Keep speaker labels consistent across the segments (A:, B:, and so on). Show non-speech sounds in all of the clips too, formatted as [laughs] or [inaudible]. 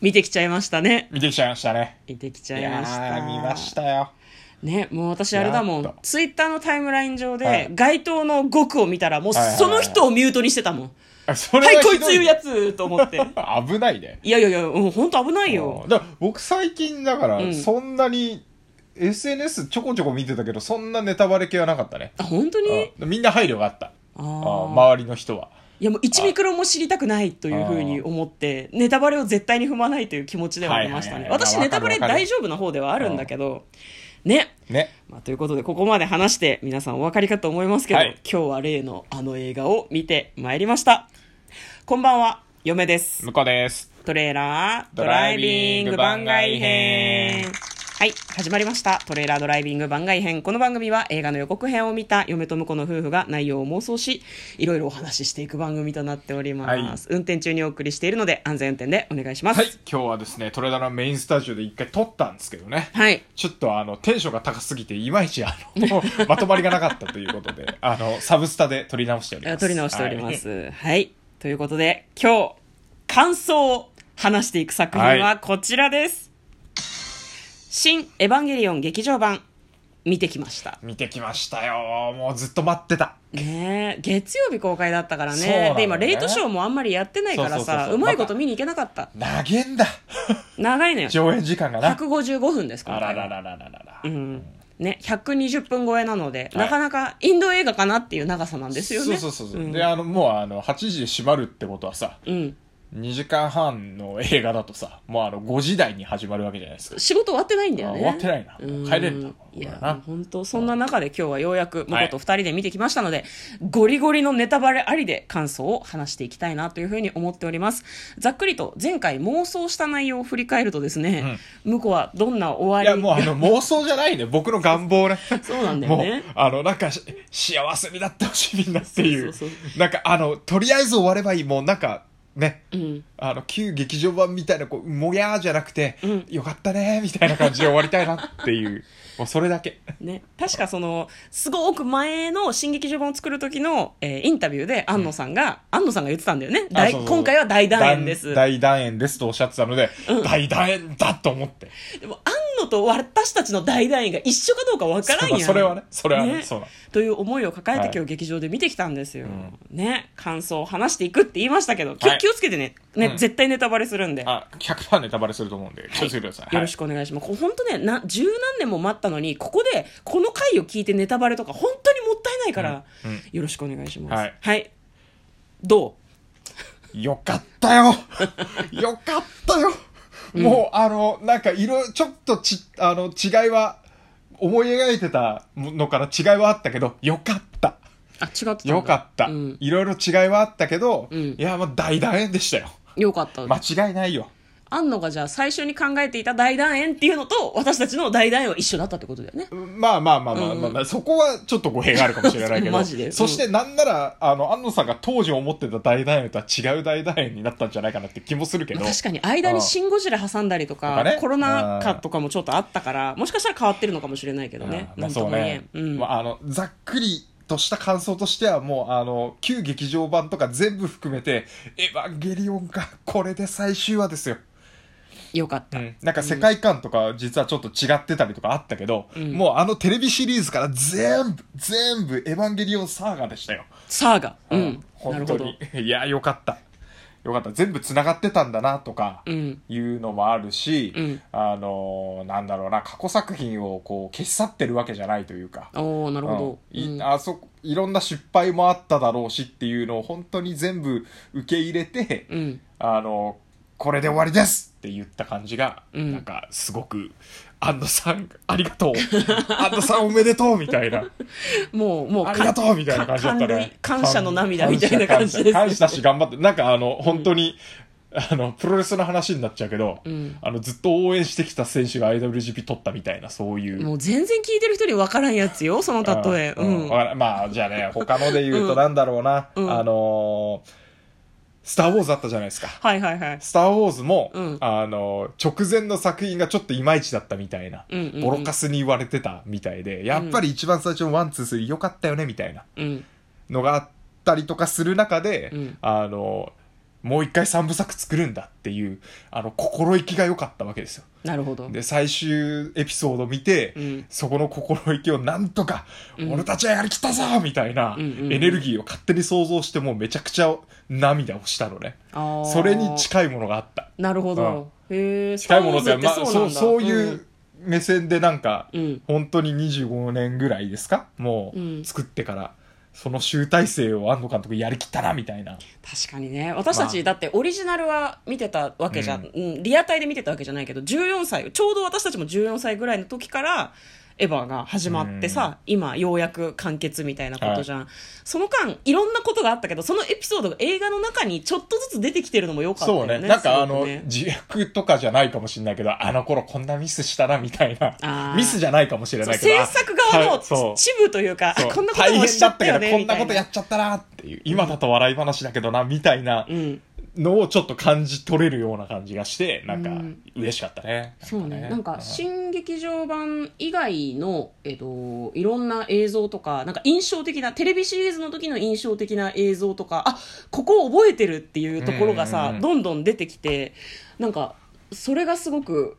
A: 見てきちゃいましたね。
B: 見てきちゃいましたね。
A: 見てきち
B: い
A: ゃい
B: や
A: ました。
B: ー、見まし。たよ。
A: ね、もう私あれだも
B: やっ
A: ん
B: と。
A: ツイッターのタイムライン上
B: は
A: で
B: い、
A: 街頭の語句を見たら、もう
B: はいはいはい
A: その人をミュートにしてたもん。
B: あそれ
A: は、
B: はいひど
A: こいつ言うやつと
B: [laughs]
A: 思って。
B: 危ないね。
A: いやいやいや、うん、ほんと危ないよ。
B: だから僕最近だから、
A: ん
B: そんなに SNS ちょこちょこ見てたけど、そんなネタバレ系はなかったね。
A: あ、本当に
B: うんみんな配慮があった。
A: あ
B: あ
A: ー
B: ー周りの人は。
A: いやもう1ミクロンも知りたくないというふうに思ってネタバレを絶対に踏まないという気持ちではありました
B: は
A: ね
B: いはいはい
A: 私
B: まあ
A: ネタバレ
B: わかるわかる
A: 大丈夫な方ではあるんだけどね、
B: ね。
A: まあ、ということでここまで話して皆さんお分かりかと思いますけど、
B: はい
A: 今日は例のあの映画を見てまいりましたこんばんは嫁です
B: 向こうです。
A: トレーラード
B: ド
A: ラ
B: ラ
A: イ
B: イ
A: ビ
B: ビ
A: ン
B: ン
A: グ
B: グ
A: 番
B: 番
A: 外
B: 外
A: 編
B: 編
A: はい始まりましたトレーラードライビング番外編この番組は映画の予告編を見た嫁と婿の夫婦が内容を妄想しいろいろお話ししていく番組となっております、運転中にお送りしているので安全運転でお願いします
B: はい、今日はですね、トレーダーのメインスタジオで一回撮ったんですけどね。
A: はい
B: ちょっとあの、テンションが高すぎて、いまいちあの、 [laughs] まとまりがなかったということで、あの、サブスタで撮り直しております。
A: 撮り直しておりま
B: はい。
A: すはい、ということで今日感想を話していく作品
B: は
A: はこちらです、新エヴァンゲリオン劇場版見てきました
B: 見てきましたよ。もうずっと待ってた。
A: ねえ月曜日公開だったからね
B: そうなのね
A: で今レイトショーもあんまりやってないからさう
B: そうそうそうそう
A: まいこと見に行けなかった
B: 投げんだ。 [laughs]
A: 長いのよ
B: 上演時間がな。
A: 155分ですから
B: あららららららら。
A: うんね、120分超えなので、
B: はい
A: なかなかインド映画かなっていう長さなんですよね
B: そうそうそうそう、
A: ん
B: であのもうあの8時で閉まるってことはさ
A: うん
B: 2時間半の映画だとさもうあの5時台に始まるわけじゃないですか
A: 仕事終わってないんだよね
B: あ終わってないな
A: うん
B: 帰れるんだ
A: い
B: これ
A: や
B: な
A: 本当そんな中で今日はようやく
B: はい
A: 婿と二人で見てきましたので、ゴリゴリのネタバレありで感想を話していきたいなというふうに思っておりますざっくりと前回妄想した内容を振り返るとですね、向こうはどんな終
B: い
A: わ
B: や
A: り
B: もうあの妄想じゃないね僕の願望ね
A: そうなんだよ
B: もう
A: [laughs] ね
B: あのなんかし幸せになってほしいみんなっていう
A: そうそう
B: なんかあのとりあえず終わればいいもうなんかね
A: うん
B: あの旧劇場版みたいなこうもやーじゃなくて、
A: うん
B: よかったねーみたいな感じで終わりたいなっていう
A: [laughs]
B: もうそれだけ
A: ね、確かそのすごく前の新劇場版を作る時の、えーインタビューで安野さんが、安野さんが言ってたんだよね大
B: そうそうそう
A: 今回は大団円です
B: 大団円ですとおっしゃってたので、大団円だと思って
A: でも安野と私たちの大団員が一緒かどうかわからんやん
B: そうそれはねそれはね
A: ね
B: そうなの
A: という思いを抱えて
B: はい
A: 今日劇場で見てきたんですよ、
B: ん
A: ね感想を話していくって言いましたけど気,、
B: はい
A: 気をつけてねね、
B: うん
A: 絶対ネタバレするんで、
B: あ100%ネタバレすると思うんで気をつけてください、
A: よろしくお願いしますこう本当ねな十何年も待ったのにここでこの回を聞いてネタバレとか本当にもったいないから、
B: うんうん
A: よろしくお願いします
B: はい
A: ど
B: はいよかった
A: [laughs]
B: よよかったよもう、あのなんか色ちょっとちあの違いは思い描いてたのから違いはあったけどよかった
A: うあ違ってたんだ
B: よかった、
A: うん、
B: いろいろ違いはあったけど、
A: うん
B: いやもう大団円でしたよ
A: よかった、
B: 間違いないよ
A: 安野がじゃあ最初に考えていた大団円っていうのと私たちの大団円は一緒だったってことだよね
B: まあまあまあまあ、
A: うん
B: まあまあ、そこはちょっと語弊があるかもしれないけど、
A: [laughs] マジでうん
B: そしてなんなら、あの、安野さんが当時思ってた大団円とは違う大団円になったんじゃないかなって気もするけど、
A: まあ確かに間に「シン・ゴジラ」挟んだりとか
B: とかね
A: コロナ禍とかもちょっとあったからもしかしたら変わってるのかもしれないけどね
B: あーま
A: な
B: あ
A: んと
B: そう
A: も言えん
B: ね、
A: うん
B: まあ、あの、ざっくりとした感想としては、もう、あの、旧劇場版とか全部含めて、エヴァンゲリオンがこれで最終話ですよ。
A: よかった
B: なんか世界観とか実はちょっと違ってたりとかあったけど、もうあのテレビシリーズから全部、全部エヴァンゲリオンサーガでしたよ。
A: サーガう
B: うんん
A: なる
B: 本当
A: ほど
B: に。 [laughs] いや、よかった。よかった。全部繋がってたんだな、とか
A: う、ん
B: いうのもあるし、
A: うん
B: あのーなんだろうな、過去作品をこう、消し去ってるわけじゃないというか。
A: おおなるほど
B: うんい
A: うん
B: あそこいろんな失敗もあっただろうしっていうのを本当に全部受け入れて、
A: うん
B: あのこれで終わりですって言った感じが、
A: うん
B: なんかすごく安野さんありがとう [laughs] 安野さんおめでとうみたいな
A: もうもう
B: ありがとうみたいな感じだったね
A: 感謝の涙みたいな感じです
B: 感謝感謝だし頑張ってなんかあの本当に、あのプロレスの話になっちゃうけど、
A: うん
B: あのずっと応援してきた選手が IWGP 取ったみたいなそういう
A: もう全然聞いてる人に分からんやつよその例え
B: う
A: うんん
B: わからまあじゃあね他ので言う
A: う
B: と
A: ん
B: なんだろうな、
A: うん
B: あのースター・ウォーズ」あったじゃないですか
A: はいはいはい
B: スター・ウォーズも、
A: うん
B: あの、直前の作品がちょっといまいちだったみたいな、
A: うんうんうん
B: ボロカスに言われてたみたいで、やっぱり一番最初のワン、ツー、スリー良かったよね、みたいな
A: うん
B: のがあったりとかする中で、
A: うん
B: あの、もう一回三部作作るんだっていう、あの、心意気が良かったわけですよ。
A: なるほど。
B: で、最終エピソード見て、
A: うん
B: そこの心意気をなんとか、俺たちはやりきったぞみたいな、
A: うんうんうん
B: エネルギーを勝手に想像して、もうめちゃくちゃ涙をしたのね。
A: あー
B: それに近いものがあった。
A: なるほど。へえ、
B: 近いものって、まあ、
A: スターウォーズって
B: そうそうい
A: んだ
B: う目線でなんか、
A: うん
B: 本当に25年ぐらいですかも
A: うん
B: う、作ってから、その集大成を安藤監督やりきったな、みたいな。
A: 確かにね私たち
B: まあ
A: だってオリジナルは見てたわけじゃ、
B: うん
A: んうんリアタイで見てたわけじゃないけど14歳ちょうど私たちも14歳ぐらいの時からエヴァが始まってさ、今ようやく完結みたいなことじゃん、その間いろんなことがあったけどそのエピソードが映画の中にちょっとずつ出てきてるのもよかった
B: そ
A: よ
B: う
A: ね
B: ね。なんかあ
A: すご
B: の、
A: くね
B: 自虐とかじゃないかもしれないけど、あの頃こんなミスしたな、みたい
A: あ
B: な
A: ー。
B: ミスじゃないかもしれ
A: そ
B: な
A: う
B: いけど。
A: 制作側
B: はいそ
A: の
B: う
A: 支部というか
B: そう
A: あこんなこともしちゃったよね
B: 大変
A: み
B: だった
A: た
B: けど、こんなこと
A: い
B: や
A: な
B: っ。ちゃったなっていう、今だと笑い話だけどな、みたいな
A: うん
B: のをちょっと感じ取れるような感じがして、なんか
A: うん、
B: 嬉しかったね。
A: そうね、なんか
B: うん
A: 新劇場版以外の、えっと、いろんな映像とかなんか印象的なテレビシリーズの時の印象的な映像とかあここ覚えてるっていうところがさ、
B: うんうんうん
A: どんどん出てきてなんかそれがすごく、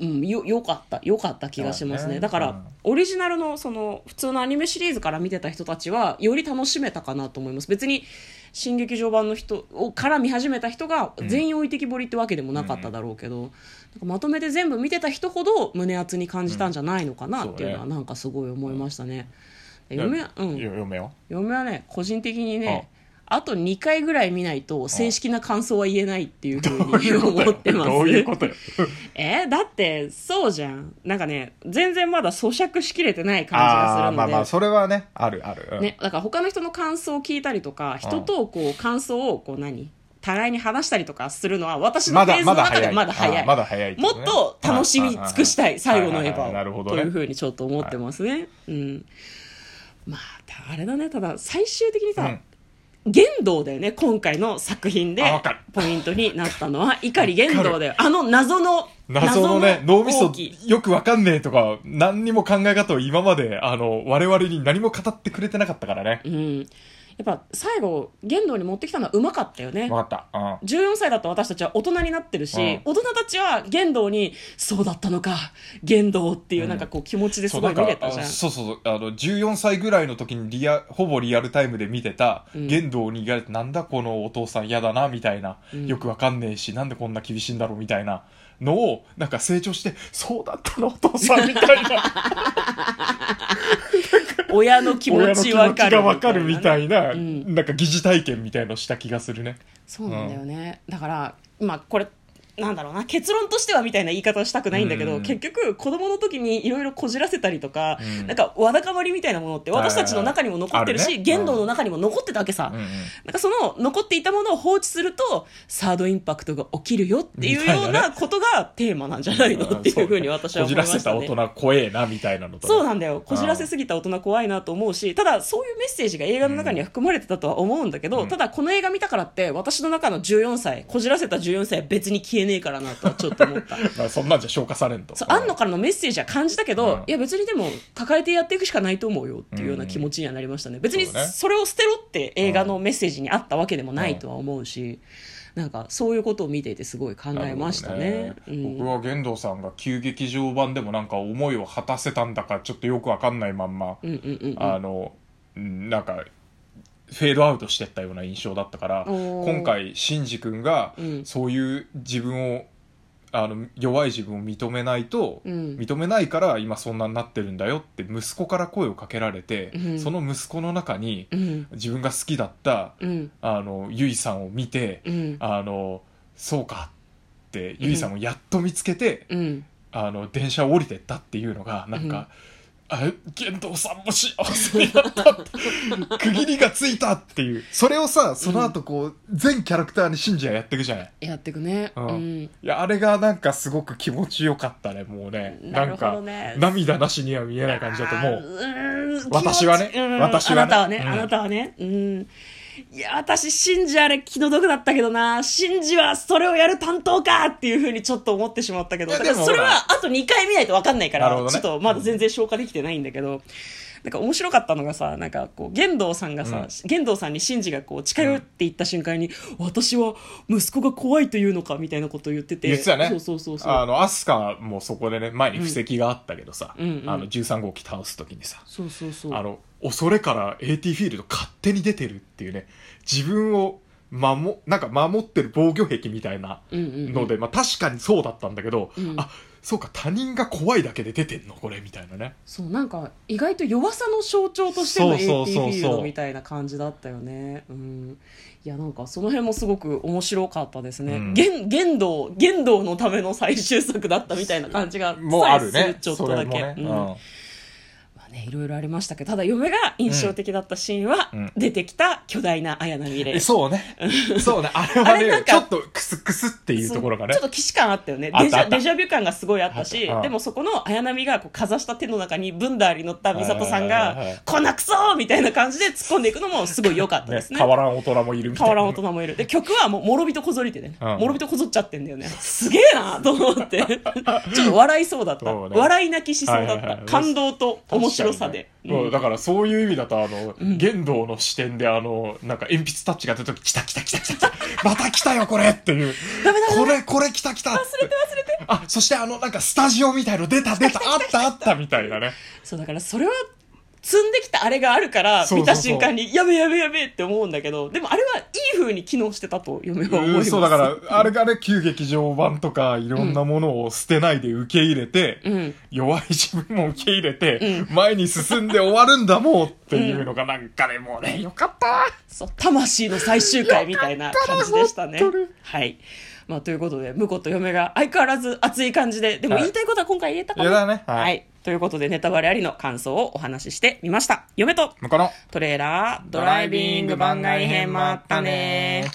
A: うん、よよかったよかった気がします
B: そう
A: ね
B: だね
A: だから、
B: うん
A: オリジナルのその普通のアニメシリーズから見てた人たちはより楽しめたかなと思います別に新劇場版の人をから見始めた人が全員置いてきぼりってわけでもなかっただろうけど、なんかまとめて全部見てた人ほど胸熱に感じたんじゃないのかなっていうのは
B: うん
A: なんかすごい思いましたね。嫁はうん、
B: よ嫁よ。
A: 嫁はね個人的にねあと2回ぐらい見ないと正式な感想は言えないっていうふ [laughs] うに思ってます。
B: どういうことよ。
A: えーだってそうじゃんなんかね全然まだ咀嚼しきれてない感じがする
B: あ
A: の
B: あ、
A: で
B: まあまあ、それはね、あるある。うん
A: ね、だから他の人の感想を聞いたりとか人とこう感想をこう何互いに話したりとかするのは私の
B: ま
A: ペー
B: だ、
A: スの
B: まだ
A: 中
B: 早
A: で
B: い。
A: まだ早
B: あ
A: い
B: ーまだ早いて
A: も
B: こ
A: っ
B: ね。
A: と楽しみ尽くした
B: あーあ
A: い
B: ー
A: 最後のエヴ
B: はいはいはいな
A: ァ
B: るほ
A: を
B: ど
A: と
B: ね
A: いうふうにちょっと思ってますね、うんまああれだねただ最終的にさ、
B: うん
A: 玄道だよね今回の作品で
B: あわかる
A: ポイントになったのは碇玄道だよあの謎の
B: 謎のね、脳
A: 大
B: みそ
A: きい
B: よくわかんねえとか、何にも考え方を今まで、あの、我々に何も語ってくれてなかったからね
A: う。んやっぱ最後玄道に持ってきたのはうまかったよね
B: わかった。うん。
A: 14歳だった私たちは大人になってるし、
B: うん
A: 大人たちは言動にそうだったのか言動っていうなんかこう気持ちですごい見れたじゃん、
B: あそうそうそうあの14歳ぐらいの時にリアほぼリアルタイムで見てた
A: うん
B: 言動にがれて、なんだこのお父さん嫌だなみたいな、
A: ん
B: よくわかんねえしなんでこんな厳しいんだろうみたいなのをなんか成長してそうだったのお父さんみたいな
A: 親の [laughs] 気持
B: 親の
A: ち
B: 気
A: わ
B: 持
A: か
B: ち
A: る
B: がわかるみたいな、
A: うん
B: なんか疑似体験みたいのした気がするね
A: そうなんだよね、だからまあこれなんだろうな結論としてはみたいな言い方はしたくないんだけど、
B: うん
A: 結局子供の時にいろいろこじらせたりとか、
B: うん
A: なんかわだかまりみたいなものって私たちの中にも残ってる
B: は
A: し、
B: いはいはいあるね
A: 言動の中にも残ってたわけさ、
B: うんうん
A: なんかその残っていたものを放置するとサードインパクトが起きるよっていうよう
B: みたいな
A: なことがテーマなんじゃないのっていうふうに私は思いま
B: こじら
A: し
B: せ
A: た
B: た
A: ね
B: 大。人怖えなみたいなのとね
A: そうなんだよこじらせすぎた大人怖いなと思うしただそういうメッセージが映画の中には含まれてたとは思うんだけど、
B: うん
A: ただこの映画見たからって私の中の14歳こじらせた14歳は別に消えねえからなとはちょっと思った
B: [laughs] まあ、そんなんじゃ消化されんと
A: そう庵野からのメッセージは感じたけど、
B: うん
A: いや別にでも抱えてやっていくしかないと思うよっていうような気持ちにはなりましたね別に
B: そうね
A: それを捨てろって映画のメッセージにあったわけでもないとは思うし、なんかそういうことを見ていてすごい考えましたね
B: なるほ
A: う
B: どね
A: ん
B: 僕は玄道さんが急劇場版でもなんか思いを果たせたんだかちょっとよくわかんないまんま、
A: うんうんうんうん
B: あのうんなんかフェードアウトしてったような印象だったから
A: おー
B: 今回シンジ君が
A: うん
B: そういう自分をあの弱い自分を認めないと、
A: うん
B: 認めないから今そんなになってるんだよって息子から声をかけられて、
A: うん
B: その息子の中に
A: うん
B: 自分が好きだった
A: うん
B: あのゆいさんを見て、
A: うん
B: あのそうかってゆいさんもやっと見つけて、
A: うん
B: あの電車を降りてったっていうのがなん
A: うん
B: か、あ玄道さんも幸せになったって区切りがついたっていうそれをさその後こう、全キャラクターに信者やっていくじゃない
A: やっていくね、
B: うん
A: うん
B: いやあれがなんかすごく気持ちよかったねもうね
A: なる
B: ん
A: ほ
B: か
A: どね
B: 涙なしには見えない感じだともう
A: う
B: 私はね私
A: あ
B: はね
A: なたはね、
B: うん
A: あなたはねうんいや私シンジあれ気の毒だったけどなシンジはそれをやる担当かっていうふうにちょっと思ってしまったけど
B: い
A: だ
B: や
A: から
B: でも
A: それ
B: ほら
A: はあと2回見ないと分かんないから、
B: なるほど
A: ちょ
B: ね
A: っとまだ全然消化できてないんだけどなんか面白かったのがさなんかこう玄道さんがさ、玄道さんにシンジがこう近寄っていった瞬間に、私は息子が怖いというのかみたいなことを言ってて
B: 言ってたね
A: そうそうそうそう
B: あの、アスカもそこでね、前に布石があったけどさ、
A: うんうんうん
B: あの、13号機倒すときにさ、
A: そうそうそう
B: あの、恐れから AT フィールド勝手に出てるっていうね、自分を守、なんか守ってる防御壁みたいな
A: うんうんうん
B: ので、まあ確かにそうだったんだけど、
A: うん
B: あ、そうか、他人が怖いだけで出てんのこれ、みたいなね。
A: そうなんか意外と弱さの象徴としての AT フ
B: そうそうそうそう
A: ィールドみたいな感じだったよね。うん、いやなんかその辺もすごく面白かったですね。
B: うん
A: 玄玄道玄道のための最終作だったみたいな感じが
B: もうある
A: さえす
B: ね。
A: ちょっ
B: そ
A: と
B: れ
A: だ
B: も
A: け。
B: ね。
A: うんまあねいろいろありましたけどただ嫁が印象的だったシーンは、
B: うん
A: 出てきた巨大な綾波レ
B: え
A: イ。
B: そうね。そうね。あれは
A: あれなん
B: ね、
A: か
B: ちょっとクスクスっていうところがね
A: ちょっ。と既視感あったよね
B: あ
A: デ
B: っ
A: ジ
B: たあ
A: ャ
B: った
A: デジャビュ感がすごいあったし
B: あったうん
A: でもそこの綾波がこうかざした手の中にブンダーに乗った美里さん
B: はいはいはいは
A: が
B: い
A: 「こんなクソ!」みたいな感じで突っ込んでいくのもすごい良かったですね
B: ね [laughs] 変わらん大人もいるみたい
A: 変
B: な。
A: わらん大人もいるで曲はもう諸人こぞりでね
B: うん
A: 諸人こぞっちゃってんだよねすげえなと思って [laughs] ちょっと笑いそうだった
B: そうね
A: 笑い泣きしそうだ
B: はいはい
A: っ
B: は
A: た
B: い
A: 感動と面白さで
B: 確かにね
A: う
B: うんんだからそういう意味だとあの、言動の視点であのなんか鉛筆タッチが出た時「来た来た来た来た来
A: [laughs]
B: たまた来たよこれ」っていう「
A: ダメダメダ
B: これこれ来た来た」忘れて忘れてあそしてあのなんかスタジオみたいの出
A: [laughs]
B: た出たあったあったみたいなね
A: そうだからそれは積んできたあれがあるから
B: そう
A: 見
B: そうそう
A: た瞬間にやべやべやべって思うんだけどでもあれはいい風に機能してたと嫁は思います
B: そうだからあれがね旧劇場版とかいろんなものを捨てないで受け入れて、
A: うん
B: 弱い自分も受け入れて、前に進んで終わるんだもうっていうのがなんかでもうねよかった
A: そう魂の最終回みたいな感じでしたね
B: よかったね本当。
A: はいまあ、ということで婿と嫁が相変わらず熱い感じででも
B: はい
A: 言いたいことは今回言えたかな、
B: 言えたね
A: は
B: はいい
A: ということでネタバレありの感想をお話ししてみました嫁と
B: 向こうの
A: トレーラードライビング番外編もあったね